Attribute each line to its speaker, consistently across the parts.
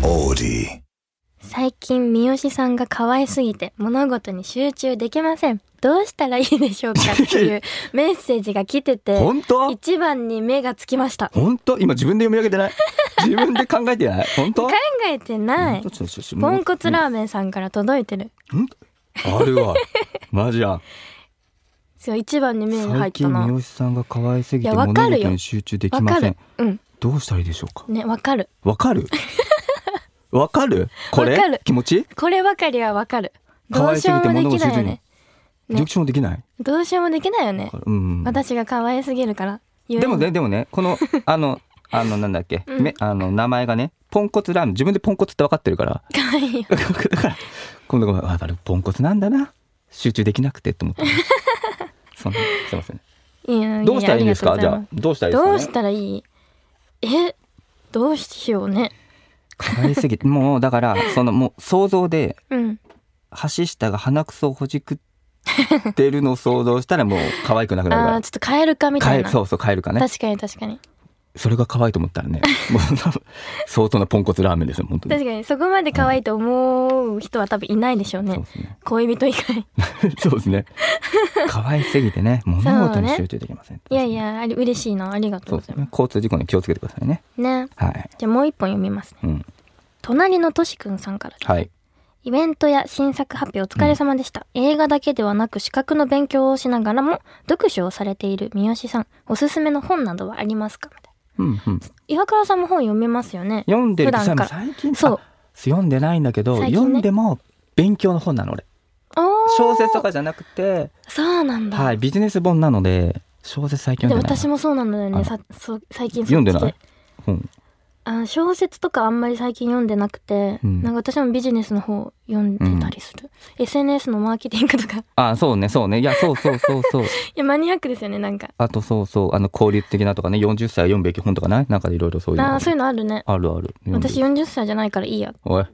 Speaker 1: body.
Speaker 2: 最近三好さんが可愛すぎて物事に集中できませんどうしたらいいでしょ うかっていうメッセージが来てて
Speaker 3: 本当
Speaker 2: 一番に目がつきました考
Speaker 3: 本当今自分で読み上げてない 自分で考えてない本当
Speaker 2: えてない
Speaker 3: 本当ちょっとちょっと
Speaker 2: ポンコツラーメンさんから届いてる
Speaker 3: うんある わマジや
Speaker 2: そう一番に目が入
Speaker 3: 最
Speaker 2: った
Speaker 3: 近三
Speaker 2: な
Speaker 3: 好さんが可愛すぎて
Speaker 2: いやわ
Speaker 3: 物
Speaker 2: かるよ
Speaker 3: 事に集中でき
Speaker 2: わ
Speaker 3: ま
Speaker 2: か
Speaker 3: せ
Speaker 2: る
Speaker 3: ん
Speaker 2: うん
Speaker 3: どうしたらいいでしょうか
Speaker 2: ねわかる
Speaker 3: わ かるわかるこれ
Speaker 2: わかる
Speaker 3: 気持ち
Speaker 2: こればかりはわかる
Speaker 3: 可
Speaker 2: どう
Speaker 3: 愛
Speaker 2: し
Speaker 3: す
Speaker 2: よ
Speaker 3: ぎて
Speaker 2: うも
Speaker 3: 物
Speaker 2: でき
Speaker 3: 事
Speaker 2: な
Speaker 3: に
Speaker 2: いよね
Speaker 3: 集中リアクションできない
Speaker 2: どうしようもできないよね
Speaker 3: うん
Speaker 2: 私が可愛すぎるからゆえに
Speaker 3: でもねでもね このあのあのなんだっけ、
Speaker 2: うん
Speaker 3: めあの名前がねポンコツラーメン自分でポンコツって分かってるから
Speaker 2: 可愛 いよ
Speaker 3: だから 今度がやっぱりポンコツなんだな集中できなくてと思って。 そうねすいません。
Speaker 2: いやや
Speaker 3: どうしたらいいんですか
Speaker 2: あり
Speaker 3: じ
Speaker 2: がとうござい
Speaker 3: ゃあ
Speaker 2: ます
Speaker 3: どうしたらいい
Speaker 2: どうしたらいいえどう
Speaker 3: ですか、ね。
Speaker 2: しようね
Speaker 3: 可愛すぎてもう だからそのもう想像で
Speaker 2: うん
Speaker 3: 橋下が鼻くそをほじくってるのを想像したらもう可愛くなくなる
Speaker 2: ああー
Speaker 3: か
Speaker 2: ちょっとカエルかみ
Speaker 3: ら。
Speaker 2: た
Speaker 3: 変
Speaker 2: い
Speaker 3: え
Speaker 2: な
Speaker 3: そうそう変えるかね。
Speaker 2: 確かに確かに
Speaker 3: それが可愛いと思ったらね、もう多分相当なポンコツラーメンですよ本当に。
Speaker 2: 確かにそこまで可愛いと思う人は多分いないでしょう
Speaker 3: そ
Speaker 2: ね
Speaker 3: うですね。
Speaker 2: 恋人以外
Speaker 3: そうですね。可愛すぎてね、物事に集中できません。
Speaker 2: いやい。やあり嬉しいなありがと
Speaker 3: そう
Speaker 2: ご
Speaker 3: うで
Speaker 2: ざい
Speaker 3: す
Speaker 2: ま
Speaker 3: ね。交通事故に気をつけてくださいね。
Speaker 2: すね
Speaker 3: はい。
Speaker 2: じゃあもう一本読みますね
Speaker 3: うん。
Speaker 2: 隣のとしくんさんから
Speaker 3: はい。
Speaker 2: イベントや新作発表お疲れ様でした、映画だけではなく資格の勉強をしながらも読書をされている三好さんおすすめの本などはありますかみたいな
Speaker 3: うんうん。
Speaker 2: 岩倉さんも本読みますよね
Speaker 3: 読んでる
Speaker 2: 普段から
Speaker 3: 最近
Speaker 2: そう
Speaker 3: あ読んでないんだけど、
Speaker 2: 最近ね
Speaker 3: 読んでも勉強の本なの俺。
Speaker 2: あー
Speaker 3: 小説とかじゃなくて、
Speaker 2: そうなんだ、
Speaker 3: はい、ビジネス本なので、小説最近
Speaker 2: で
Speaker 3: 読んでないな。
Speaker 2: 私もそうなんだよね
Speaker 3: あの
Speaker 2: さそう最近
Speaker 3: 読んでな
Speaker 2: そっち
Speaker 3: い本。
Speaker 2: あの小説とかあんまり最近読んでなくて、
Speaker 3: うん
Speaker 2: なんか私もビジネスの方読んでたりする、SNS のマーケティングとか い
Speaker 3: あ、そうね、そうね。いや、そうそうそう そう。
Speaker 2: やマニアックですよねなんか
Speaker 3: あと、そうそう。あの、効率的なとかね、40歳読むべき本とかないなんかいろいろそういうのが
Speaker 2: あーそういうのあるね
Speaker 3: あるある。読んでる
Speaker 2: 私40歳じゃないからいいや
Speaker 3: おい。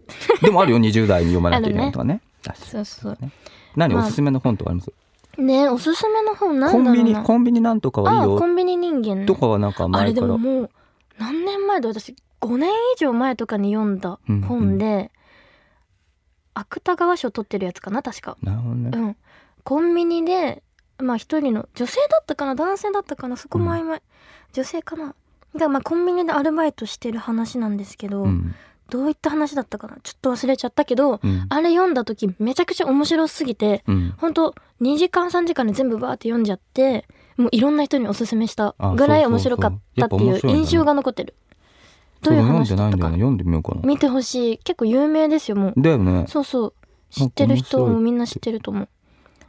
Speaker 3: でもあるよ、20代に読まなきゃいけないとかね。確かに
Speaker 2: そうそう
Speaker 3: 何、
Speaker 2: まあ
Speaker 3: おすすめの本とかあります
Speaker 2: ねおすすめの本なんだ
Speaker 3: コ
Speaker 2: ろうな
Speaker 3: ンビニ、コンビニなんとかはいい
Speaker 2: あーコ
Speaker 3: よ。
Speaker 2: ンビニ人間ね
Speaker 3: とかはなんか
Speaker 2: あ
Speaker 3: 前
Speaker 2: れで
Speaker 3: から
Speaker 2: も。もう何年前だ私5年以上前とかに読んだ本で、芥川賞取ってるやつかな確か
Speaker 3: なるほどね
Speaker 2: う。ん、コンビニでまあ一人の女性だったかな男性だったかなそこも曖昧、女性かなが、まあ、コンビニでアルバイトしてる話なんですけど、
Speaker 3: うん。
Speaker 2: どういった話だったかなちょっと忘れちゃったけど、
Speaker 3: うん。
Speaker 2: あれ読んだ時めちゃくちゃ面白すぎて
Speaker 3: うん。
Speaker 2: 本当2時間3時間で全部バーって読んじゃってもういろんな人におすすめしたぐらい
Speaker 3: あそう
Speaker 2: 面
Speaker 3: そうそ
Speaker 2: 白
Speaker 3: う
Speaker 2: かったっていう印象が残ってる。どういう
Speaker 3: そう
Speaker 2: 話
Speaker 3: 読
Speaker 2: だ
Speaker 3: ん
Speaker 2: っ
Speaker 3: でな
Speaker 2: た
Speaker 3: いんだ
Speaker 2: かな
Speaker 3: よね。読んでみようかな。
Speaker 2: 見てほしい結構有名ですよもう
Speaker 3: だよね。
Speaker 2: そうそう知ってる人もみんな知ってると思う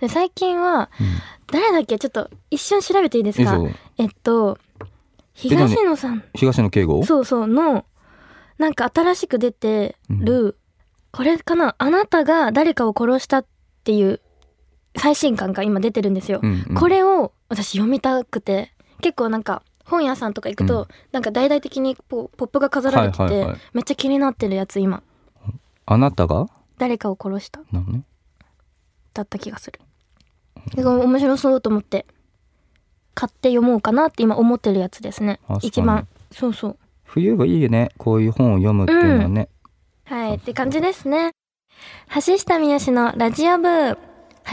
Speaker 2: で最近は
Speaker 3: うん
Speaker 2: 誰だっけちょっと一瞬調べていいです
Speaker 3: 以
Speaker 2: か
Speaker 3: 上、
Speaker 2: えっと東野さん
Speaker 3: 東野敬吾
Speaker 2: そうそうのなんか新しく出てる、これかなあなたが誰かを殺したっていう最新刊が今出てるんですよ、
Speaker 3: うんうん
Speaker 2: これを私読みたくて結構なんか本屋さんとか行くと、
Speaker 3: う
Speaker 2: なんか大々的にポポップが飾られてて、
Speaker 3: はいはいはい
Speaker 2: めっちゃ気になってるやつ今
Speaker 3: あなたが
Speaker 2: 誰かを殺した
Speaker 3: なのね。
Speaker 2: だった気がする。でも面白そうと思って買って読もうかなって今思ってるやつですね
Speaker 3: 確か。に
Speaker 2: 一番そうそう。
Speaker 3: 冬はいいよね。こういう本を読むっていうのはね。
Speaker 2: はいって感じですね。橋下三好のラジオ部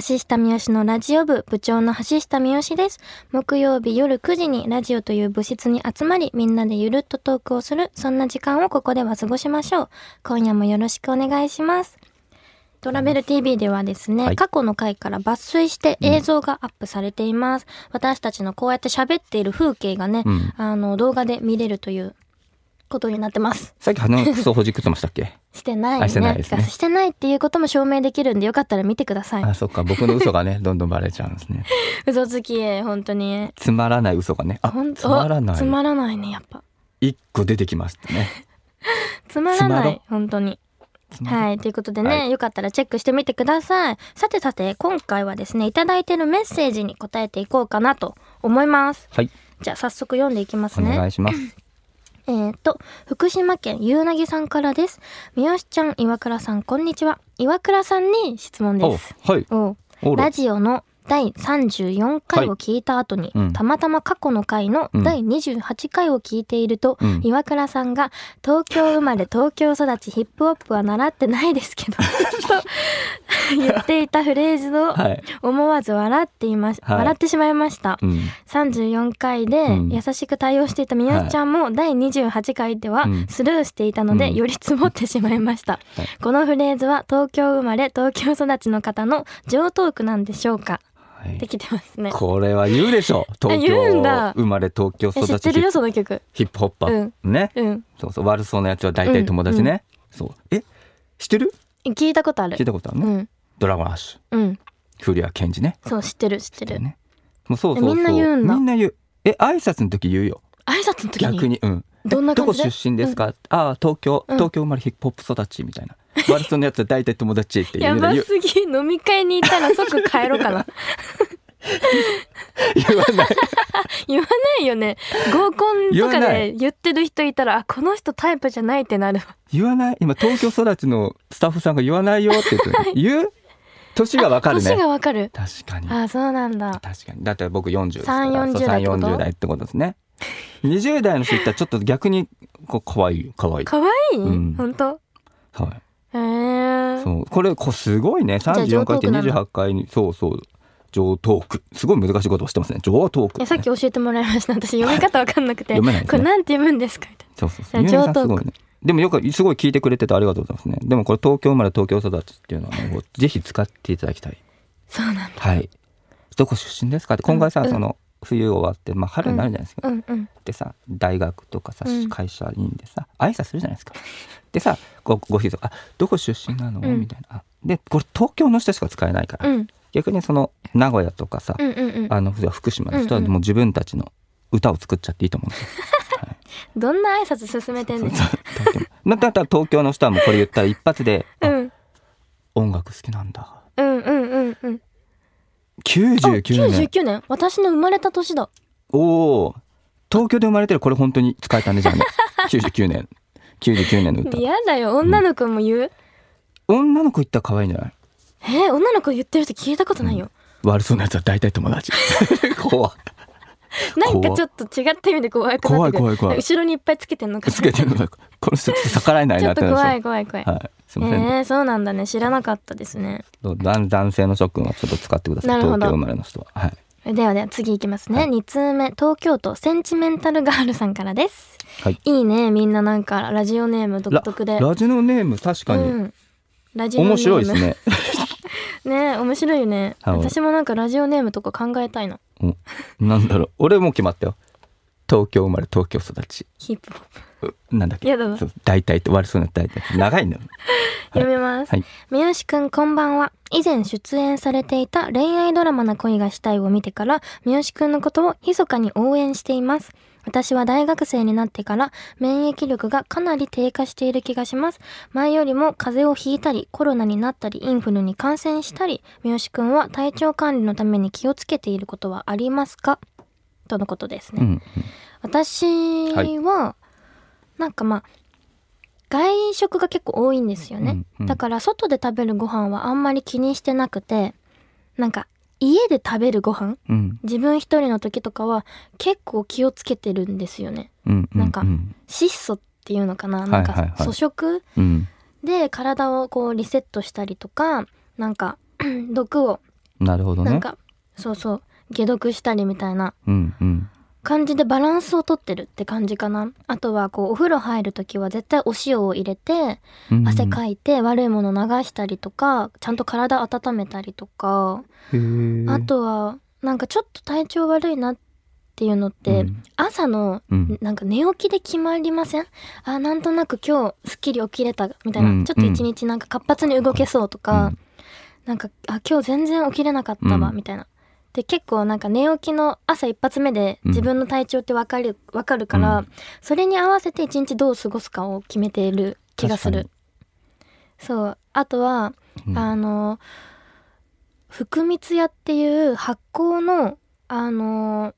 Speaker 2: 橋下三好のラジオ部部長の橋下三好です。木曜日夜9時にラジオという部室に集まりみんなでゆるっとトークをするそんな時間をここでは過ごしましょう。今夜もよろしくお願いします。トラベル TV ではですね、
Speaker 3: はい
Speaker 2: 過去の回から抜粋して映像がアップされています。私たちのこうやって喋っている風景がね、
Speaker 3: うん
Speaker 2: あの動画で見れるということになってます。
Speaker 3: さっき鼻のクソほじくってましたっけ
Speaker 2: してない
Speaker 3: あ
Speaker 2: ね。
Speaker 3: してないですね
Speaker 2: てかしてないっていうことも証明できるんでよかったら見てください。
Speaker 3: あ、そっか。僕の嘘 がね、どんどんバレちゃうんですね。
Speaker 2: 嘘つき本当に。
Speaker 3: つまらない嘘がね。あ
Speaker 2: ほん、
Speaker 3: つまら
Speaker 2: お
Speaker 3: な
Speaker 2: つ
Speaker 3: い。
Speaker 2: まらないねやっぱ。
Speaker 3: 一個出てきましたね。
Speaker 2: つまら
Speaker 3: つま
Speaker 2: な
Speaker 3: ろ
Speaker 2: い本当に。
Speaker 3: つまら
Speaker 2: はいということでね、
Speaker 3: は
Speaker 2: よかったらチェックしてみてください。さてさて今回はですねいただいてるメッセージに答えていこうかなと思います。
Speaker 3: はい。
Speaker 2: じゃあ早速読んでいきます
Speaker 3: お
Speaker 2: ね。
Speaker 3: 願いします。
Speaker 2: えー、と、福島県ゆうなぎさんからです。三好ちゃん、岩倉さん、こんにちは。岩倉さんに質問です。
Speaker 3: おはい。
Speaker 2: お
Speaker 3: おろ
Speaker 2: ラジオの第34回を聞いた後に、
Speaker 3: うん
Speaker 2: たまたま過去の回の
Speaker 3: うん
Speaker 2: 第28回を聞いていると、
Speaker 3: うん
Speaker 2: 岩倉さんが「東京生まれ東京育ちヒップホップは習ってないですけ ど」と言っていたフレーズを
Speaker 3: はい。
Speaker 2: 思わず笑っていまし、
Speaker 3: はい
Speaker 2: 笑ってしまいました。
Speaker 3: うん。
Speaker 2: 34回で
Speaker 3: うん
Speaker 2: 優しく対応していたみよちゃんも第28回では
Speaker 3: うん
Speaker 2: スルーしていたので
Speaker 3: うん
Speaker 2: より積もってしまいました、
Speaker 3: はい
Speaker 2: このフレーズは東京生まれ東京育ちの方の上トークなんでしょうか
Speaker 3: は
Speaker 2: で
Speaker 3: い。
Speaker 2: きてますね
Speaker 3: これは言うでしょ。東
Speaker 2: 言うん
Speaker 3: 京
Speaker 2: だ
Speaker 3: 生まれ東京
Speaker 2: え知
Speaker 3: 育
Speaker 2: ってる
Speaker 3: ち
Speaker 2: よその曲
Speaker 3: ヒップホッパーね。
Speaker 2: うん
Speaker 3: そうそう悪そうなやつは大体友達ね。そう。え知ってる？
Speaker 2: 聞いたことある
Speaker 3: 聞いたことある
Speaker 2: う
Speaker 3: ね。
Speaker 2: ん
Speaker 3: ドラゴンアッシ
Speaker 2: うん
Speaker 3: ュ、古谷健二ね。
Speaker 2: そう知ってる知ってる
Speaker 3: ね。もうそうそうそう。
Speaker 2: えみんな言うんだ
Speaker 3: みんな言う。え挨拶の時言うよ。
Speaker 2: 挨拶の時に
Speaker 3: 逆にうん。
Speaker 2: どんな
Speaker 3: ど
Speaker 2: 感
Speaker 3: こ
Speaker 2: じで
Speaker 3: 出身ですか、ああ東京
Speaker 2: うん
Speaker 3: 東京生まれヒップホップ育ちみたいな、悪そうなやつは大体友達っていう
Speaker 2: や
Speaker 3: みんな
Speaker 2: ば
Speaker 3: 言う
Speaker 2: すぎ飲み会に行ったら即帰 ろうかな
Speaker 3: 言わない
Speaker 2: 言わないよね合コンとか
Speaker 3: 言わな
Speaker 2: で
Speaker 3: い
Speaker 2: 言ってる人いたらあこの人タイプじゃないってなる
Speaker 3: 言わない今東京育ちのスタッフさんが言わないよって言ってる言う年がわかる
Speaker 2: 年
Speaker 3: ね
Speaker 2: がわかる
Speaker 3: 確かに
Speaker 2: あーそうなんだ
Speaker 3: 確かにだって僕40ですから
Speaker 2: 3 40
Speaker 3: そ
Speaker 2: 代ってこと
Speaker 3: う3 40代ってことですね20代の人いったらちょっと逆にこう可愛い可愛い
Speaker 2: 可愛い、
Speaker 3: うん
Speaker 2: 本当
Speaker 3: は
Speaker 2: へ
Speaker 3: い
Speaker 2: え
Speaker 3: そうこれこうすごいね34回って
Speaker 2: じゃあ上等句なん
Speaker 3: 28回にそうそう上トークすごい難しいことをしてますね上トーク、
Speaker 2: いやさっき教えてもらいました私読み方わかんなくて
Speaker 3: 読めないですね
Speaker 2: これなんて読むんですかみたい
Speaker 3: そうそうそう。
Speaker 2: じ
Speaker 3: ゆ
Speaker 2: ゃ
Speaker 3: う
Speaker 2: あ
Speaker 3: みさん
Speaker 2: 上等
Speaker 3: すご
Speaker 2: 句
Speaker 3: いね。でもよくすごい聞いてくれててありがとうございますね。でもこれ東京生まれ東京育ちっていうのはね、もうぜひ使っていただきたい。
Speaker 2: なそうなんだ
Speaker 3: はい。どこ出身ですかって今回さ、
Speaker 2: うん
Speaker 3: その冬終わってまあ春になるじゃないですか。
Speaker 2: うんうん
Speaker 3: でさ大学とかさ
Speaker 2: うん
Speaker 3: 会社員でさ挨拶するじ ゃないですか。でさごご親族あどこ出身なの、
Speaker 2: うん
Speaker 3: みたいな。あでこれ東京の人しか使えないから、
Speaker 2: うん
Speaker 3: 逆にその名古屋とかさ、
Speaker 2: うんうんうん
Speaker 3: あの福島の人は
Speaker 2: うんうん
Speaker 3: もう自分たちの歌を作っちゃっていいと思うんですよ。はい
Speaker 2: どんな挨拶進めてん
Speaker 3: そ
Speaker 2: ね
Speaker 3: うんそう東京なんだったら東京の人はもうこれ言ったら一発で「
Speaker 2: う
Speaker 3: あ
Speaker 2: ん
Speaker 3: 音楽好きなんだ
Speaker 2: うんうんうんうん」あ
Speaker 3: 99年
Speaker 2: 99年私の生まれた年だ
Speaker 3: おおー東京で生まれてるこれ本当に使えたねじゃあね99年99年の歌
Speaker 2: 嫌だよ女の子も言う、
Speaker 3: 女の子言ったら可愛いんじゃない
Speaker 2: えー女の子言ってる人聞いたことないよ、
Speaker 3: 悪そうなやつは大体友 達怖い
Speaker 2: なんかちょっと違った意味で怖くなってくる
Speaker 3: 怖い怖い怖い
Speaker 2: 後ろにいっぱぱいつけてんのかな
Speaker 3: つけてるのがこの人ちょっと逆らえない
Speaker 2: ちょ
Speaker 3: な
Speaker 2: っ
Speaker 3: って
Speaker 2: と怖
Speaker 3: 話
Speaker 2: い怖い怖い、
Speaker 3: はいすいません、ね
Speaker 2: えー、そうなんだね知らなかったですね
Speaker 3: ど男男性の諸君はちょっと使ってくださ
Speaker 2: ないるほど
Speaker 3: 東京生まれの人ははい
Speaker 2: ではでは次いきますね、
Speaker 3: はい
Speaker 2: 2通目東京都センチメンタルガールさんからです
Speaker 3: はい
Speaker 2: いいねみんななんかラジオネーム独特で
Speaker 3: ララジオネーム確か
Speaker 2: う
Speaker 3: に
Speaker 2: ん、ラジオネーム
Speaker 3: 面白いですね
Speaker 2: ねえ面白いよね、
Speaker 3: はい
Speaker 2: 私もなんかラジオネームとか考えたいな
Speaker 3: うんなんだろう俺もう決まったよ東京生まれ東京育ち
Speaker 2: ヒップホップ、
Speaker 3: うなんだっけ
Speaker 2: やだな
Speaker 3: そう大体って悪そうな大体長 いんだよはい
Speaker 2: 読みます、
Speaker 3: はい
Speaker 2: 三好くんこんばんは以前出演されていた恋愛ドラマな恋がしたいを見てから三好くんのことを密かに応援しています私は大学生になってから免疫力がかなり低下している気がします前よりも風邪をひいたりコロナになったりインフルに感染したり三好くんは体調管理のために気をつけていることはありますかとのことですね、
Speaker 3: うん
Speaker 2: 私は、
Speaker 3: は
Speaker 2: なんかまあ外食が結構多いんですよね、
Speaker 3: うんうん
Speaker 2: だから外で食べるご飯はあんまり気にしてなくてなんか家で食べるご飯
Speaker 3: うん
Speaker 2: 自分一人の時とかは結構気をつけてるんですよね
Speaker 3: うん
Speaker 2: なんか
Speaker 3: うん
Speaker 2: 質素っていうのかな
Speaker 3: はい
Speaker 2: な
Speaker 3: は
Speaker 2: ん
Speaker 3: い
Speaker 2: か
Speaker 3: はい
Speaker 2: 粗食
Speaker 3: うん
Speaker 2: で体をこうリセットしたりとかなんか 毒を
Speaker 3: なるほどね
Speaker 2: なんかそうそう解毒したりみたいな
Speaker 3: うんうん
Speaker 2: 感じでバランスをとってるって感じかなあとはこうお風呂入る時は絶対お塩を入れて
Speaker 3: うん
Speaker 2: 汗かいて悪いもの流したりとかちゃんと体温めたりとか
Speaker 3: へー
Speaker 2: あとはなんかちょっと体調悪いなっていうのって、
Speaker 3: うん
Speaker 2: 朝の
Speaker 3: うん
Speaker 2: なんか寝起きで決まりませんあなんとなく今日すっきり起きれたみたいな、
Speaker 3: うん
Speaker 2: ちょっと一日なんか活発に動けそうとか、
Speaker 3: うん
Speaker 2: なんかあ今日全然起きれなかったわ、
Speaker 3: うん
Speaker 2: みたいな。で結構なんか寝起きの朝一発目で
Speaker 3: うん
Speaker 2: 自分の体調ってわかるわかるから、
Speaker 3: うん
Speaker 2: それに合わせて一日どう過ごすかを決めている気がする。そうあとは、
Speaker 3: 確かにうん
Speaker 2: あの福光屋っていう発酵のあの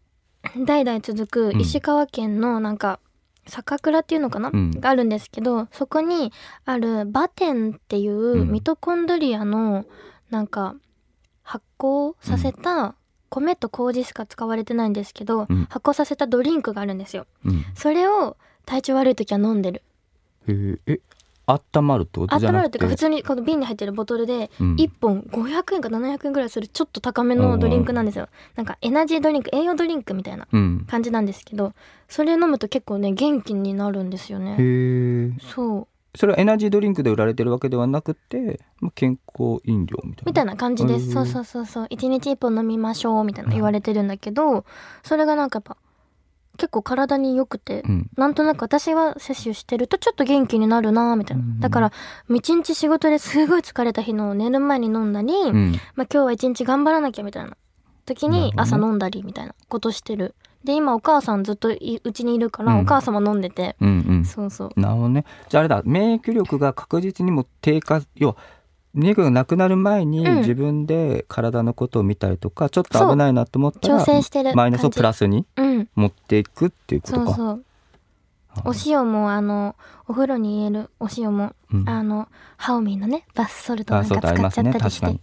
Speaker 2: 代々続く
Speaker 3: うん
Speaker 2: 石川県のなんか、酒蔵っていうのかな、
Speaker 3: うん
Speaker 2: があるんですけどそこにあるバテンっていう
Speaker 3: うん
Speaker 2: ミトコンドリアのなんか発酵させた米と麹しか使われてないんですけど、
Speaker 3: うん
Speaker 2: 発酵させたドリンクがあるんですよ
Speaker 3: うん
Speaker 2: それを体調悪い時は飲んでる
Speaker 3: えー、え温まるってことじゃ
Speaker 2: 温まる
Speaker 3: な
Speaker 2: って
Speaker 3: く
Speaker 2: いうか普
Speaker 3: て
Speaker 2: 通にこの瓶に入ってるボトルで
Speaker 3: うん
Speaker 2: 1本500円か700円ぐらいするちょっと高めのドリンクなんですよなんかエナジードリンク栄養ドリンクみたいな
Speaker 3: うん
Speaker 2: 感じなんですけどそれ飲むと結構ね元気になるんですよ
Speaker 3: へ
Speaker 2: ね
Speaker 3: え
Speaker 2: そう
Speaker 3: それはエナジードリンクで売られてるわけではなくて、まあ、健康飲料みたいな
Speaker 2: みたいな感じで
Speaker 3: う
Speaker 2: す
Speaker 3: ん
Speaker 2: そうそうそうそう一日一本飲みましょうみたいな言われてるんだけどそれがなんかやっぱ結構体に良くて
Speaker 3: うん
Speaker 2: なんとなく私は摂取してるとちょっと元気になるなみたいな
Speaker 3: うん
Speaker 2: だから一日仕事ですごい疲れた日の寝る前に飲んだり、
Speaker 3: うん
Speaker 2: まあ、今日は一日頑張らなきゃみたいな時
Speaker 3: なる
Speaker 2: に
Speaker 3: ほどね
Speaker 2: 朝飲んだりみたいなことしてるで今お母さんずっというちにいるから
Speaker 3: うん
Speaker 2: お母様飲んでて、
Speaker 3: うんうん
Speaker 2: そうそう
Speaker 3: なるほどねじゃああれだ免疫力が確実にもう低下要は免疫力がなくなる前に
Speaker 2: うん
Speaker 3: 自分で体のことを見たりとか、ちょっと危ないなと思ったら
Speaker 2: 調整してる感じ
Speaker 3: マイナスをプラスに
Speaker 2: うん
Speaker 3: 持っていくっていうこと
Speaker 2: そう
Speaker 3: か
Speaker 2: そう
Speaker 3: あ
Speaker 2: お塩もあのお風呂に入れるお塩も、
Speaker 3: うん
Speaker 2: あのハオミンのねバスソルトな
Speaker 3: あ
Speaker 2: ん
Speaker 3: そ
Speaker 2: か
Speaker 3: うだあり
Speaker 2: 使
Speaker 3: ま
Speaker 2: っち
Speaker 3: す
Speaker 2: ゃっ
Speaker 3: ね
Speaker 2: たり
Speaker 3: 確
Speaker 2: し
Speaker 3: か
Speaker 2: て、
Speaker 3: に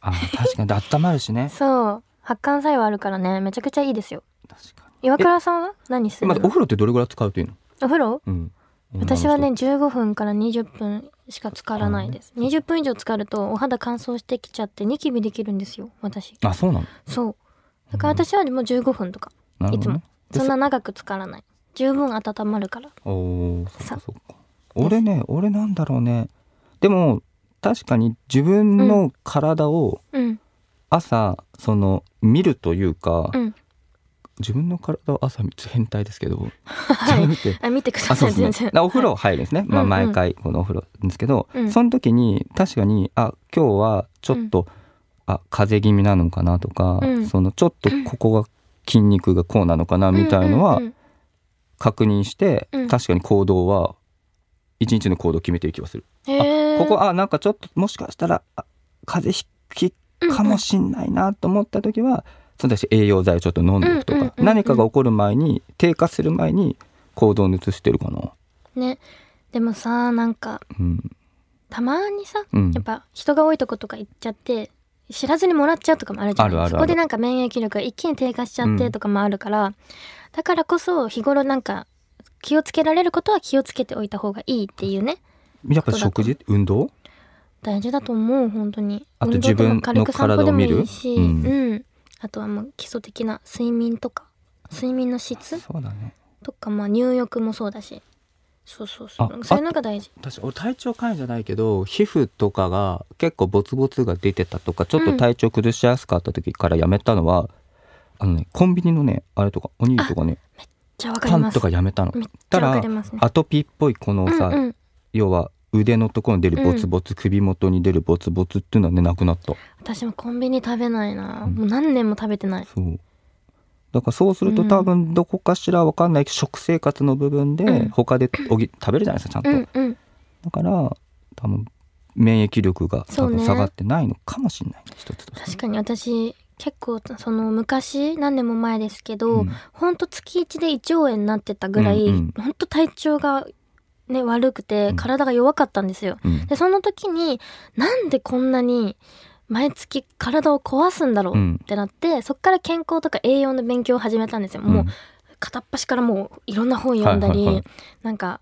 Speaker 3: あ確かにで温まるしね
Speaker 2: そう発汗作用あるからねめちゃくちゃいいですよ
Speaker 3: 確か
Speaker 2: 岩倉さんは何する
Speaker 3: にま
Speaker 2: の
Speaker 3: ずお風呂ってどれぐらい使うといいの、
Speaker 2: お風呂
Speaker 3: うん、
Speaker 2: 私は
Speaker 3: 女
Speaker 2: ね
Speaker 3: の
Speaker 2: 15分から20分しか浸からないです20分以上浸かるとお肌乾燥してきちゃってニキビできるんですよ私
Speaker 3: 人あそうなの
Speaker 2: そうだから私はもう15分とか
Speaker 3: なる
Speaker 2: い
Speaker 3: ほ
Speaker 2: つ
Speaker 3: ど、ね
Speaker 2: も、そんな長く浸からない十分温まるから
Speaker 3: おお、そっ
Speaker 2: そ
Speaker 3: か
Speaker 2: う
Speaker 3: そっか。俺ね、俺なんだろうね。でも確かに自分の体を
Speaker 2: うん
Speaker 3: 朝、その見るというか、
Speaker 2: うん
Speaker 3: 自分の体を朝見変態ですけど、
Speaker 2: はい
Speaker 3: 見て
Speaker 2: あ見てくだ
Speaker 3: あ
Speaker 2: さ
Speaker 3: そう
Speaker 2: い
Speaker 3: ですね
Speaker 2: 全。然
Speaker 3: なお風呂入るんですね。まあ
Speaker 2: うんうん
Speaker 3: 毎回このお風呂なんですけど、
Speaker 2: うん
Speaker 3: その時に確かにあ今日はちょっと、あ風邪気味なのかなとか、
Speaker 2: うん
Speaker 3: そのちょっとここが筋肉がこうなのかなみたいのは
Speaker 2: うんうん
Speaker 3: 確認して、
Speaker 2: うん
Speaker 3: 確かに行動は一日の行動を決めてる気がする、
Speaker 2: うんへー
Speaker 3: ここあなんかちょっともしかしたらあ風邪ひきかもしんないなと思った時は、その時栄養剤をちょっと飲んでおくと
Speaker 2: う
Speaker 3: か、
Speaker 2: んうんうんうん
Speaker 3: 何かが起こる前に低下する前に行動に移してるかな
Speaker 2: ねでもさなんか
Speaker 3: うん
Speaker 2: たまにさ
Speaker 3: うん
Speaker 2: やっぱ人が多いとことか行っちゃって知らずにもらっちゃうとかもあるじゃない
Speaker 3: あるあるある
Speaker 2: そこでなんか免疫力が一気に低下しちゃってとかもあるから、だからこそ日頃なんか気をつけられることは気をつけておいた方がいいっていうね
Speaker 3: やっぱ食事運動
Speaker 2: 大事だと思う本当に
Speaker 3: あと
Speaker 2: 運動でも
Speaker 3: 自分の
Speaker 2: 軽く散歩でもいいし、
Speaker 3: 体を見
Speaker 2: う
Speaker 3: る
Speaker 2: んあとはもう基礎的な睡眠とか睡眠の質
Speaker 3: そうだね
Speaker 2: とか、まあ、入浴もそうだしそうそうそ
Speaker 3: あ
Speaker 2: うそういうのが大事
Speaker 3: 確か俺体調管理じゃないけど皮膚とかが結構ボツボツが出てたとかちょっと体調崩しやすかった時からやめたのは、あのねコンビニのねあれとかおにぎりとかね
Speaker 2: じゃあわか
Speaker 3: パ
Speaker 2: り
Speaker 3: ン
Speaker 2: ます
Speaker 3: とかやめたの
Speaker 2: めっち
Speaker 3: た
Speaker 2: ゃわからりますね
Speaker 3: アトピーっぽいこのさ、
Speaker 2: うんうん、
Speaker 3: 要は腕のところに出るボツボツ、首元に出るボツボツっていうのはねなくなった
Speaker 2: 私もコンビニ食べないな、
Speaker 3: うん
Speaker 2: もう何年も食べてない
Speaker 3: そうだからそうすると
Speaker 2: うん
Speaker 3: 多分どこかしらわかんないけど食生活の部分
Speaker 2: う
Speaker 3: で
Speaker 2: ん
Speaker 3: 他で補食べるじゃないですかちゃ
Speaker 2: うん
Speaker 3: と、
Speaker 2: んうん
Speaker 3: だから多分免疫力が
Speaker 2: そ
Speaker 3: 多
Speaker 2: うね
Speaker 3: 分下がってないのかもしれない、ね、一つとして
Speaker 2: 確かに私結構その昔何年も前ですけど、
Speaker 3: うん
Speaker 2: ほんと月1で胃腸炎になってたぐらい、
Speaker 3: うんうん
Speaker 2: ほんと体調がね悪くて
Speaker 3: うん
Speaker 2: 体が弱かったんですよ。
Speaker 3: うん
Speaker 2: でその時になんでこんなに毎月体を壊すんだろ
Speaker 3: う
Speaker 2: うっ
Speaker 3: ん
Speaker 2: てなって、そっから健康とか栄養の勉強を始めたんですよ。もう片っ端からもういろんな本読んだり、
Speaker 3: はいはいはい
Speaker 2: なんか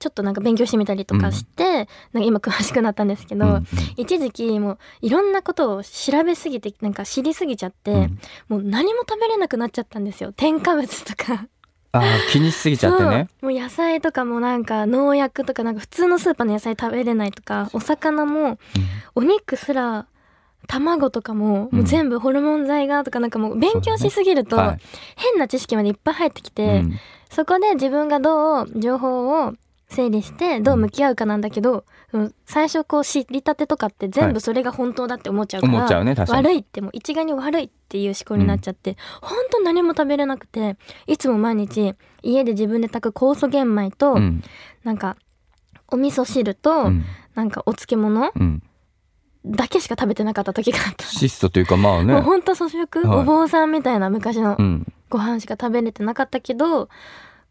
Speaker 2: ちょっとなんか勉強してみたりとかして、なんか今詳しくなったんですけど、
Speaker 3: うんうん
Speaker 2: 一時期もういろんなことを調べすぎてなんか知りすぎちゃって、
Speaker 3: うん
Speaker 2: もう何も食べれなくなっちゃったんですよ添加物とか
Speaker 3: あー気にしすぎちゃってね
Speaker 2: そうもう野菜とかもなんか農薬とかなんか普通のスーパーの野菜食べれないとかお魚もお肉すら卵とかも
Speaker 3: うん
Speaker 2: もう全部ホルモン剤がとかなんかもう勉強しすぎると
Speaker 3: うんはい
Speaker 2: 変な知識までいっぱい入ってきて、
Speaker 3: うん
Speaker 2: そこで自分がどう情報を整理してどう向き合うかなんだけど、うん最初こう知りたてとかって全部それが本当だって思っちゃうから、
Speaker 3: 思っちゃうね確かに
Speaker 2: 悪いってもう一概に悪いっていう思考になっちゃって、本当何も食べれなくていつも毎日家で自分で炊く酵素玄米と、
Speaker 3: うん
Speaker 2: なんかお味噌汁と、
Speaker 3: うん
Speaker 2: なんかお漬物
Speaker 3: うん
Speaker 2: だけしか食べてなかった時があった。
Speaker 3: 質素というかまあね
Speaker 2: もう本当粗食、
Speaker 3: はい
Speaker 2: お坊さんみたいな昔の
Speaker 3: うん
Speaker 2: ご飯しか食べれてなかったけど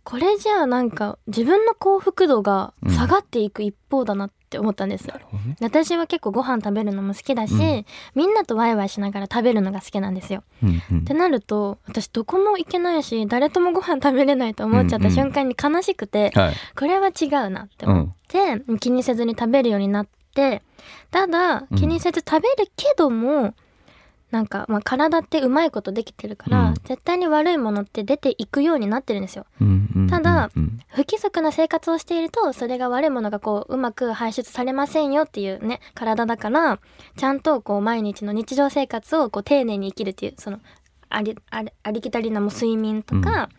Speaker 2: これじゃあなんか自分の幸福度が
Speaker 3: うん
Speaker 2: 下がっていく一方だなって思ったんです、
Speaker 3: なるほどね。
Speaker 2: 私は結構ご飯食べるのも好きだし、
Speaker 3: うん
Speaker 2: みんなとワイワイしながら食べるのが好きなんですよ。
Speaker 3: うんうん
Speaker 2: ってなると私どこも行けないし誰ともご飯食べれないと思っちゃっ
Speaker 3: うんう
Speaker 2: た瞬
Speaker 3: ん
Speaker 2: 間に悲しくて、
Speaker 3: はい。
Speaker 2: これは違うなって
Speaker 3: う
Speaker 2: 思っ
Speaker 3: ん。
Speaker 2: て、気にせずに食べるようになってただ
Speaker 3: うん
Speaker 2: 気にせず食べるけども、なんかまあ体ってうまいことできてるから、
Speaker 3: うん
Speaker 2: 絶対に悪いものって出ていくようになってるんですよ。
Speaker 3: うんうん
Speaker 2: ただ
Speaker 3: うんうん
Speaker 2: 不規則な生活をしているとそれが悪いものがこううまく排出されませんよっていうね体だからちゃんとこう毎日の日常生活をこう丁寧に生きるっていうそのありありありきたりなもう睡眠とか,、
Speaker 3: うん
Speaker 2: なんか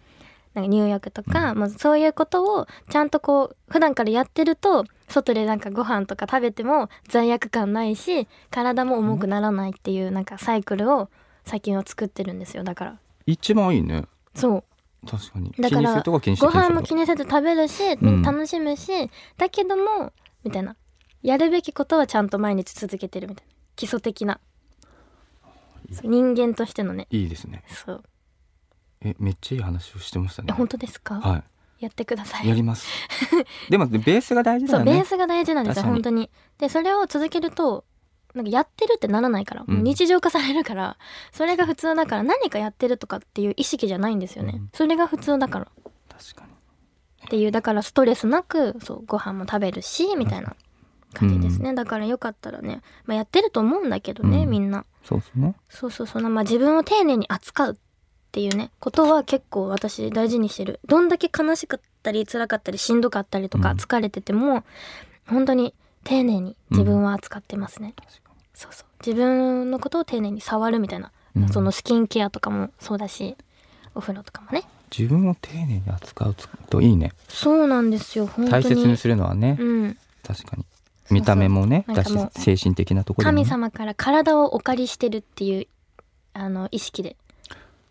Speaker 2: 入浴とか、もうそういうことをちゃんとこう普段からやってると外でなんかご飯とか食べても罪悪感ないし体も重くならないっていうなんかサイクルを最近は作ってるんですよだから
Speaker 3: 一番いいね。
Speaker 2: そう
Speaker 3: 確かに。
Speaker 2: だから
Speaker 3: 気にするとか気にし
Speaker 2: ご
Speaker 3: て
Speaker 2: 飯も気にせず食べるし、
Speaker 3: うん
Speaker 2: 楽しむしだけどもみたいなやるべきことはちゃんと毎日続けてるみたいな基礎的ない
Speaker 3: い
Speaker 2: そう人間としてのね
Speaker 3: いいですね。
Speaker 2: そう
Speaker 3: え、めっちゃいい話をしてました
Speaker 2: え
Speaker 3: ね。
Speaker 2: 本当ですか、
Speaker 3: は
Speaker 2: やってくださ
Speaker 3: い。や
Speaker 2: い
Speaker 3: ります。でもベースが大事だ
Speaker 2: そ
Speaker 3: よ
Speaker 2: うベ
Speaker 3: ね
Speaker 2: ー。スが大事なんですよ
Speaker 3: 確かに
Speaker 2: 本当にでそれを続けるとなんかやってるってならないから、
Speaker 3: うん
Speaker 2: もう日常化されるからそれが普通だから何かやってるとかっていう意識じゃないんですよね、
Speaker 3: うん
Speaker 2: それが普通だから
Speaker 3: 確かに。
Speaker 2: っていうだからストレスなくそうご飯も食べるしみたいな感じですね、だからよかったらね、まあ、やってると思うんだけどね、
Speaker 3: うん
Speaker 2: みんな
Speaker 3: そうですね。
Speaker 2: そうそうそう、まあ、自分を丁寧に扱うっていうねことは結構私大事にしてるどんだけ悲しかったり辛かったりしんどかったりとか
Speaker 3: うん
Speaker 2: 疲れてても、本当に丁寧に自分は扱ってますね、
Speaker 3: 確か
Speaker 2: そうそう自分のことを丁寧に触るみたいな、
Speaker 3: うん
Speaker 2: そのスキンケアとかもそうだしお風呂とかもね
Speaker 3: に自分を丁寧に扱うといいね。
Speaker 2: そうなんですよ本当
Speaker 3: 大
Speaker 2: に
Speaker 3: 切にするのはね、
Speaker 2: うん
Speaker 3: 確かに。
Speaker 2: う
Speaker 3: 見た目もね、
Speaker 2: なんか
Speaker 3: だし
Speaker 2: もう
Speaker 3: 精神的なところでもね
Speaker 2: 神様から体をお借りしてるっていうあの意識で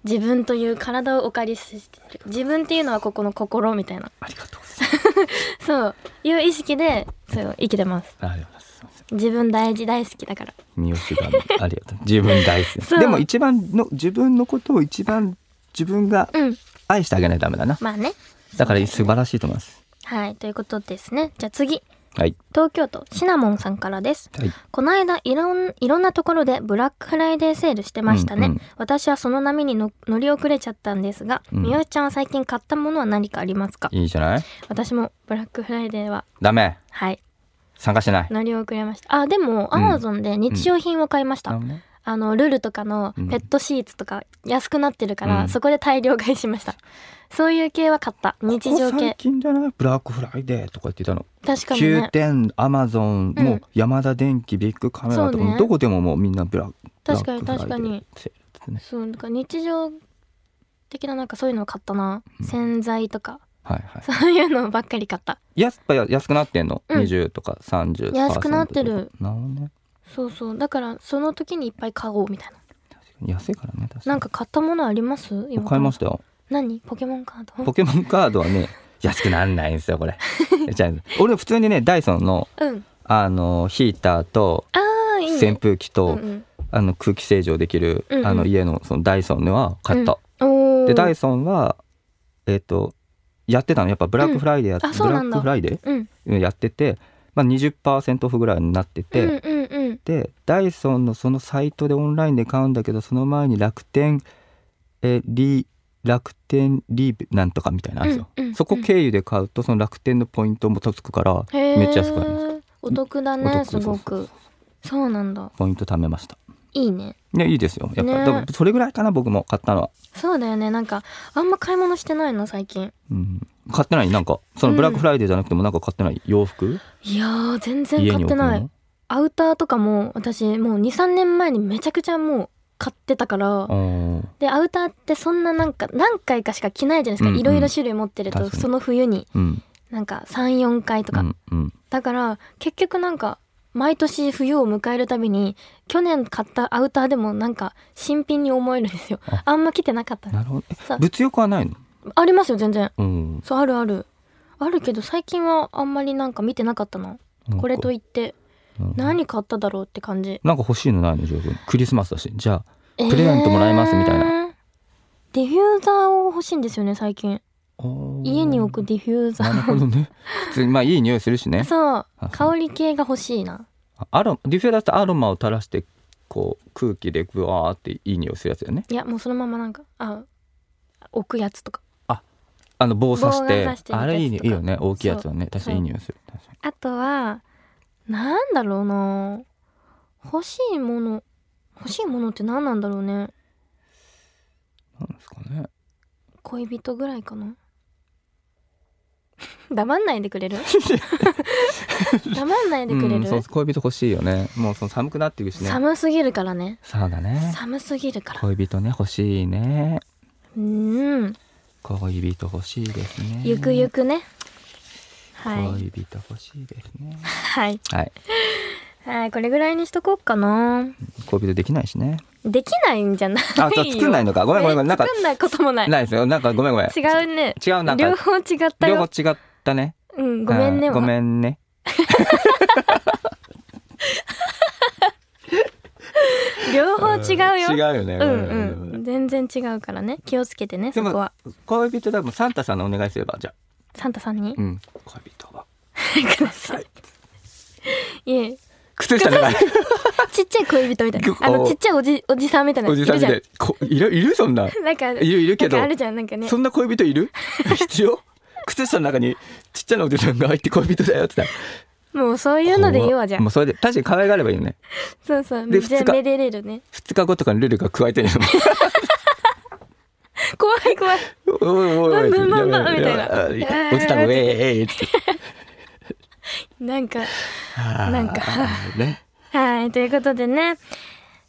Speaker 2: 自分という体をお借りしてる自分っていうのはここの心みたいな
Speaker 3: ありがとうございます。
Speaker 2: そういう意識でそう生きてます
Speaker 3: ありがとうございます。すいません
Speaker 2: 自分大事大好きだから
Speaker 3: 三好がねありがとう。自分大好
Speaker 2: そう
Speaker 3: き。でも一番の自分のことを一番自分が
Speaker 2: うん
Speaker 3: 愛してあげないとダメだな。
Speaker 2: まあね
Speaker 3: だから素晴らしいと思います。
Speaker 2: はいということですねじゃあ次
Speaker 3: はい。
Speaker 2: 東京都シナモンさんからです
Speaker 3: はい。
Speaker 2: この間いろんいろんなところでブラックフライデーセールしてましたね、
Speaker 3: うんうん
Speaker 2: 私はその波にの乗り遅れちゃったんですが、
Speaker 3: うん
Speaker 2: みよちゃんは最近買ったものは何かありますか
Speaker 3: いいじゃない。
Speaker 2: 私もブラックフライデーは
Speaker 3: ダメ。
Speaker 2: はい
Speaker 3: 参加しない。
Speaker 2: 乗り遅れましたあでも
Speaker 3: う
Speaker 2: ア
Speaker 3: ん
Speaker 2: マゾンで日用品を買いました、
Speaker 3: なるほどね
Speaker 2: あのルルとかの
Speaker 3: うん
Speaker 2: ペットシーツとか安くなってるから、
Speaker 3: うん
Speaker 2: そこで大量買いしましたそういう系は買った日常
Speaker 3: ここ
Speaker 2: 系
Speaker 3: 最近じゃないブラックフライデーとか言ってたの。
Speaker 2: 確かに
Speaker 3: 九
Speaker 2: ね
Speaker 3: 点アマゾン
Speaker 2: うん
Speaker 3: もう山田電機ビッグカメラ
Speaker 2: そ
Speaker 3: とか
Speaker 2: うね
Speaker 3: もどこでももうみんなブラック。
Speaker 2: 確かに
Speaker 3: ブラックフライデー
Speaker 2: 確
Speaker 3: セールですね
Speaker 2: そうなんか日常的ななんかそういうのを買ったな、洗剤とか
Speaker 3: はいはい。
Speaker 2: そういうのばっかり買った
Speaker 3: やっぱ安くなってんの。
Speaker 2: うん
Speaker 3: 二十とか三十。
Speaker 2: 安くなってる。
Speaker 3: なるほどね。
Speaker 2: そうそうだからその時にいっぱい買おうみたいな
Speaker 3: 確かに安いからね。確かに
Speaker 2: なんか買ったものあります今
Speaker 3: 買いまし
Speaker 2: す
Speaker 3: たよ。
Speaker 2: 何ポケモンカード
Speaker 3: ポケモンカードはね、安くなんないんですよ、これ。じゃあ俺、普通にね、ダイソンの、
Speaker 2: うん
Speaker 3: あの、ヒーターと、
Speaker 2: ああいいね
Speaker 3: 扇風機
Speaker 2: う
Speaker 3: と、
Speaker 2: ん
Speaker 3: あの、空気清浄できる、
Speaker 2: うんうん
Speaker 3: あの、家の、その、ダイソンのは買った。
Speaker 2: うん、おー
Speaker 3: で、ダイソンは、えっ、と、やってたの。やっぱ、ブラックフライデーやっ、
Speaker 2: うんあそう
Speaker 3: ブ
Speaker 2: な
Speaker 3: ラ
Speaker 2: ん
Speaker 3: ッ
Speaker 2: だ
Speaker 3: クフライデ
Speaker 2: うん
Speaker 3: ーやってて、まあ、20%オフぐらいになってて、
Speaker 2: うんうんうん
Speaker 3: でダイソンのそのサイトでオンラインで買うんだけどその前に楽天えリ楽天リーブなんとかみたいなのあるんですよ、
Speaker 2: うんうんうん
Speaker 3: そこ経由で買うとその楽天のポイントもつくから
Speaker 2: へー
Speaker 3: めっちゃ安くなります
Speaker 2: お得だ
Speaker 3: お
Speaker 2: ね
Speaker 3: 得
Speaker 2: すごくそうなんだ
Speaker 3: ポイント貯めました
Speaker 2: いいね
Speaker 3: ねいいですよやっぱ、
Speaker 2: ね
Speaker 3: だからそれぐらいかな僕も買ったのは、
Speaker 2: そうだよねなんかあんま買い物してないの最近
Speaker 3: うん、買ってないなんかそのブラックフライデーじゃなくてもなんか買ってない洋服、
Speaker 2: いやー全然
Speaker 3: 家
Speaker 2: 買
Speaker 3: に
Speaker 2: っ
Speaker 3: 置
Speaker 2: て
Speaker 3: く
Speaker 2: な
Speaker 3: も
Speaker 2: い
Speaker 3: の
Speaker 2: アウターとかも私もう23年前にめちゃくちゃもう買ってたから
Speaker 3: おー
Speaker 2: でアウターってそんななんか何回かしか着ないじゃないですか、
Speaker 3: うんうん
Speaker 2: いろいろ種類持ってると
Speaker 3: 確かに
Speaker 2: その冬に
Speaker 3: うん
Speaker 2: なんか34回とか、
Speaker 3: うんうん
Speaker 2: だから結局なんか毎年冬を迎えるたびに去年買ったアウターでもなんか新品に思えるんですよ
Speaker 3: あ
Speaker 2: あんま着てなかったら
Speaker 3: なるほどえ
Speaker 2: そう
Speaker 3: 物欲はないの
Speaker 2: ありますよ全然
Speaker 3: うん
Speaker 2: そうあるあるあるけど最近はあんまりなんか見てなかったなこれと
Speaker 3: い
Speaker 2: いって
Speaker 3: なんか
Speaker 2: 何買っただろうって感じ
Speaker 3: なんか欲しいのないの十分クリスマスだしじゃあ
Speaker 2: プ
Speaker 3: レゼントもらえますみたいな
Speaker 2: ディフューザーを欲しいんですよね最近家に置く
Speaker 3: る
Speaker 2: ディフューザ
Speaker 3: なるほどね普通にまあいい匂いするし
Speaker 2: ー。
Speaker 3: ね
Speaker 2: そう
Speaker 3: あ。
Speaker 2: 香り系が欲しいな。
Speaker 3: あアロディフューザーってアロマを垂らしてこう空気でブワーっていい匂いするやつだよね
Speaker 2: いや、もうそのままなんか、あ、置くやつとか。
Speaker 3: あの棒刺し
Speaker 2: 棒が刺してる
Speaker 3: て
Speaker 2: やつとか
Speaker 3: あれいいねいいよね大きいやつはね確かにいい匂いする確かに
Speaker 2: あとは、なんだろうな欲しいもの。欲しいものって何なんだろうね。
Speaker 3: なんですかね
Speaker 2: 恋人ぐらいかな 黙んないでくれる 黙んないでくれ
Speaker 3: うん
Speaker 2: る、
Speaker 3: そう恋人欲しいよねもうその寒くなってくるしね
Speaker 2: 寒すぎるからね
Speaker 3: そうだね
Speaker 2: 寒すぎるから
Speaker 3: 恋人ね欲しいね
Speaker 2: うん
Speaker 3: 恋人欲しいですね
Speaker 2: ゆくゆくねはい
Speaker 3: 恋人欲しいですね
Speaker 2: はい
Speaker 3: はい
Speaker 2: はいこれぐらいにしとこうかな
Speaker 3: 恋人できないしね
Speaker 2: できないんじゃないよ
Speaker 3: あそう作んないのかごめんごめんごめんなんか
Speaker 2: 作んないこともない
Speaker 3: ないですよなんかごめんごめん
Speaker 2: 違うね
Speaker 3: 違うなん
Speaker 2: 両
Speaker 3: か
Speaker 2: 方違った
Speaker 3: 両方
Speaker 2: よ
Speaker 3: 違ったね
Speaker 2: うんごめんね
Speaker 3: うご
Speaker 2: ん
Speaker 3: めんね
Speaker 2: 両方違うよ
Speaker 3: 違うよね
Speaker 2: うん
Speaker 3: ごめんごめんごめ
Speaker 2: うんん全然違うからね気をつけてね
Speaker 3: で
Speaker 2: そ
Speaker 3: も
Speaker 2: こは
Speaker 3: 恋人だもんサンタさんのお願いすればじゃあ
Speaker 2: サンタさんに
Speaker 3: うん恋人は
Speaker 2: ください。 いえ、
Speaker 3: 靴下じゃない
Speaker 2: ちっちゃい恋人みたいな
Speaker 3: お。
Speaker 2: あの、ちっちゃいおじ、おじさんみたいな。
Speaker 3: おじさんみ
Speaker 2: い
Speaker 3: た い
Speaker 2: る
Speaker 3: こいるいるそんなん
Speaker 2: じゃん。 なんか、
Speaker 3: いるいるけど
Speaker 2: なんかあるじゃん、なんかね。
Speaker 3: そんな恋人 いる必要靴下の中にちっちゃなおじさんが入って恋人だよって言ったら
Speaker 2: もうそういうのでいいわ、じゃあ
Speaker 3: もうそれで確かに可愛がればいいよね
Speaker 2: そうそう。
Speaker 3: で
Speaker 2: じゃあ、
Speaker 3: 二日
Speaker 2: めでれる ね。
Speaker 3: 2日後とかにルールが加えてるの
Speaker 2: 怖い怖い。
Speaker 3: おいおいおい
Speaker 2: バンバンバンバン
Speaker 3: やばいやばい
Speaker 2: み
Speaker 3: や
Speaker 2: たいな
Speaker 3: ばいおじさんがウェーイって
Speaker 2: なんか、な
Speaker 3: なん
Speaker 2: か
Speaker 3: ね
Speaker 2: はい、ということでね。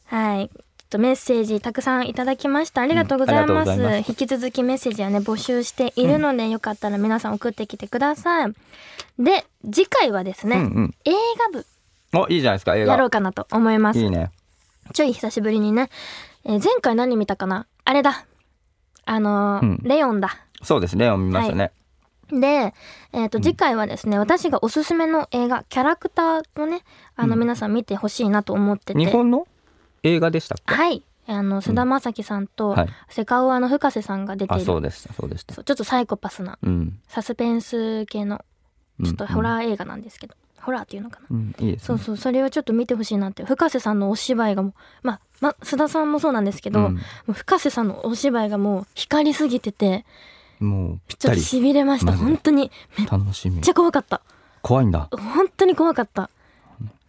Speaker 2: はい。ちょっとメッセージたくさんいただきましたありがとうござい
Speaker 3: うんあ
Speaker 2: ま
Speaker 3: り
Speaker 2: す,、
Speaker 3: がとうございま
Speaker 2: 引き続きメッセージはね募集しているので、よかったら皆さん送ってきてくださいで次回はですね、
Speaker 3: うんうん
Speaker 2: 映画
Speaker 3: おいいじゃないですか映
Speaker 2: 部やろ
Speaker 3: 画
Speaker 2: うかなと思います
Speaker 3: いいね
Speaker 2: ちょい久しぶりにね、えー前回何見たかなあれだあのー
Speaker 3: うん
Speaker 2: レオンだ
Speaker 3: そうですね読みましたね
Speaker 2: で、えっと次回はですね、私がおすすめの映画キャラクターをねあの
Speaker 3: うん
Speaker 2: 皆さん見てほしいなと思ってて、
Speaker 3: 日本の映画でしたっけ
Speaker 2: はいあの菅田将暉さんと、
Speaker 3: はい
Speaker 2: セカオワの深瀬さんが出てい
Speaker 3: あ
Speaker 2: る
Speaker 3: そうでしたそうでした
Speaker 2: そうちょっとサイコパスな
Speaker 3: うん
Speaker 2: サスペンス系の
Speaker 3: うん
Speaker 2: ちょっとホラー映画なんですけど、ホラーっていうのかな
Speaker 3: うんいいです
Speaker 2: そう
Speaker 3: ね
Speaker 2: そうそれをちょっと見てほしいなって深瀬さんのお芝居がもうまあ、まあ、須田さんもそうなんですけど、
Speaker 3: うん
Speaker 2: もう深瀬さんのお芝居がもう光りすぎてて
Speaker 3: もうぴっ
Speaker 2: ちょったと
Speaker 3: り
Speaker 2: しびれました
Speaker 3: マジで
Speaker 2: 本当にめっ
Speaker 3: 楽しみ
Speaker 2: ちゃ怖かった
Speaker 3: 怖いんだ
Speaker 2: 本当に怖かった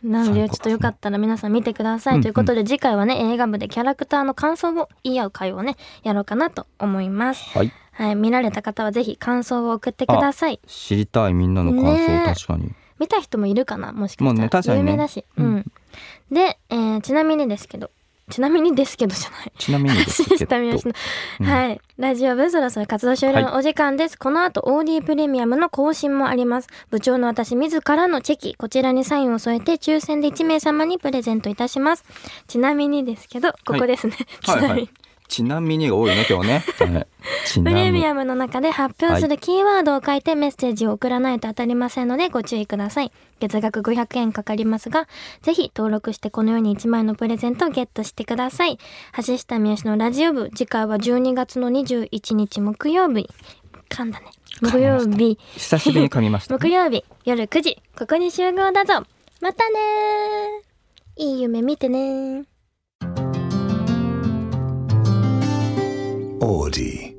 Speaker 2: なのでちょ
Speaker 3: 最高
Speaker 2: っとよかったら皆さん見てください、
Speaker 3: うん
Speaker 2: ということで次回はね映画部でキャラクターの感想を言い合う会をねやろうかなと思います
Speaker 3: はい
Speaker 2: はい見られた方はぜひ感想を送ってください
Speaker 3: 知りたいみんなの感
Speaker 2: ねえ
Speaker 3: 想確かに
Speaker 2: 見た人もいるかなもしか
Speaker 3: もうね
Speaker 2: し
Speaker 3: 確
Speaker 2: た
Speaker 3: からに
Speaker 2: 有
Speaker 3: ね
Speaker 2: 名だし、うんで、えーちなみにですけどちなみにですけどじゃない
Speaker 3: ちなみにです
Speaker 2: シ
Speaker 3: け
Speaker 2: スタ
Speaker 3: ど
Speaker 2: ミオシの、
Speaker 3: うん
Speaker 2: はい。ラジオ部そろそろ活動終了のお時間です。この後 OD プレミアムの更新もあります。部長の私自らのチェキ、こちらにサインを添えて抽選で1名様にプレゼントいたします。ちなみにですけど、ここですね。ち
Speaker 3: はい
Speaker 2: な
Speaker 3: は
Speaker 2: みに
Speaker 3: い。ちなみにが多いね今日ねはいち
Speaker 2: プ
Speaker 3: な
Speaker 2: レ
Speaker 3: み
Speaker 2: ミアムの中で発表するキーワードを書いてメッセージを送らないと当たりませんのでご注意ください。月額500円かかりますが、ぜひ登録してこのように1枚のプレゼントをゲットしてください。橋下美由のラジオ部、次回は12月の21日木曜日。噛んだね。木曜日、
Speaker 3: 久しぶりに噛みました
Speaker 2: 木曜日夜9時、ここに集合だぞ。またねー。いい夢見てねー。
Speaker 1: Audi.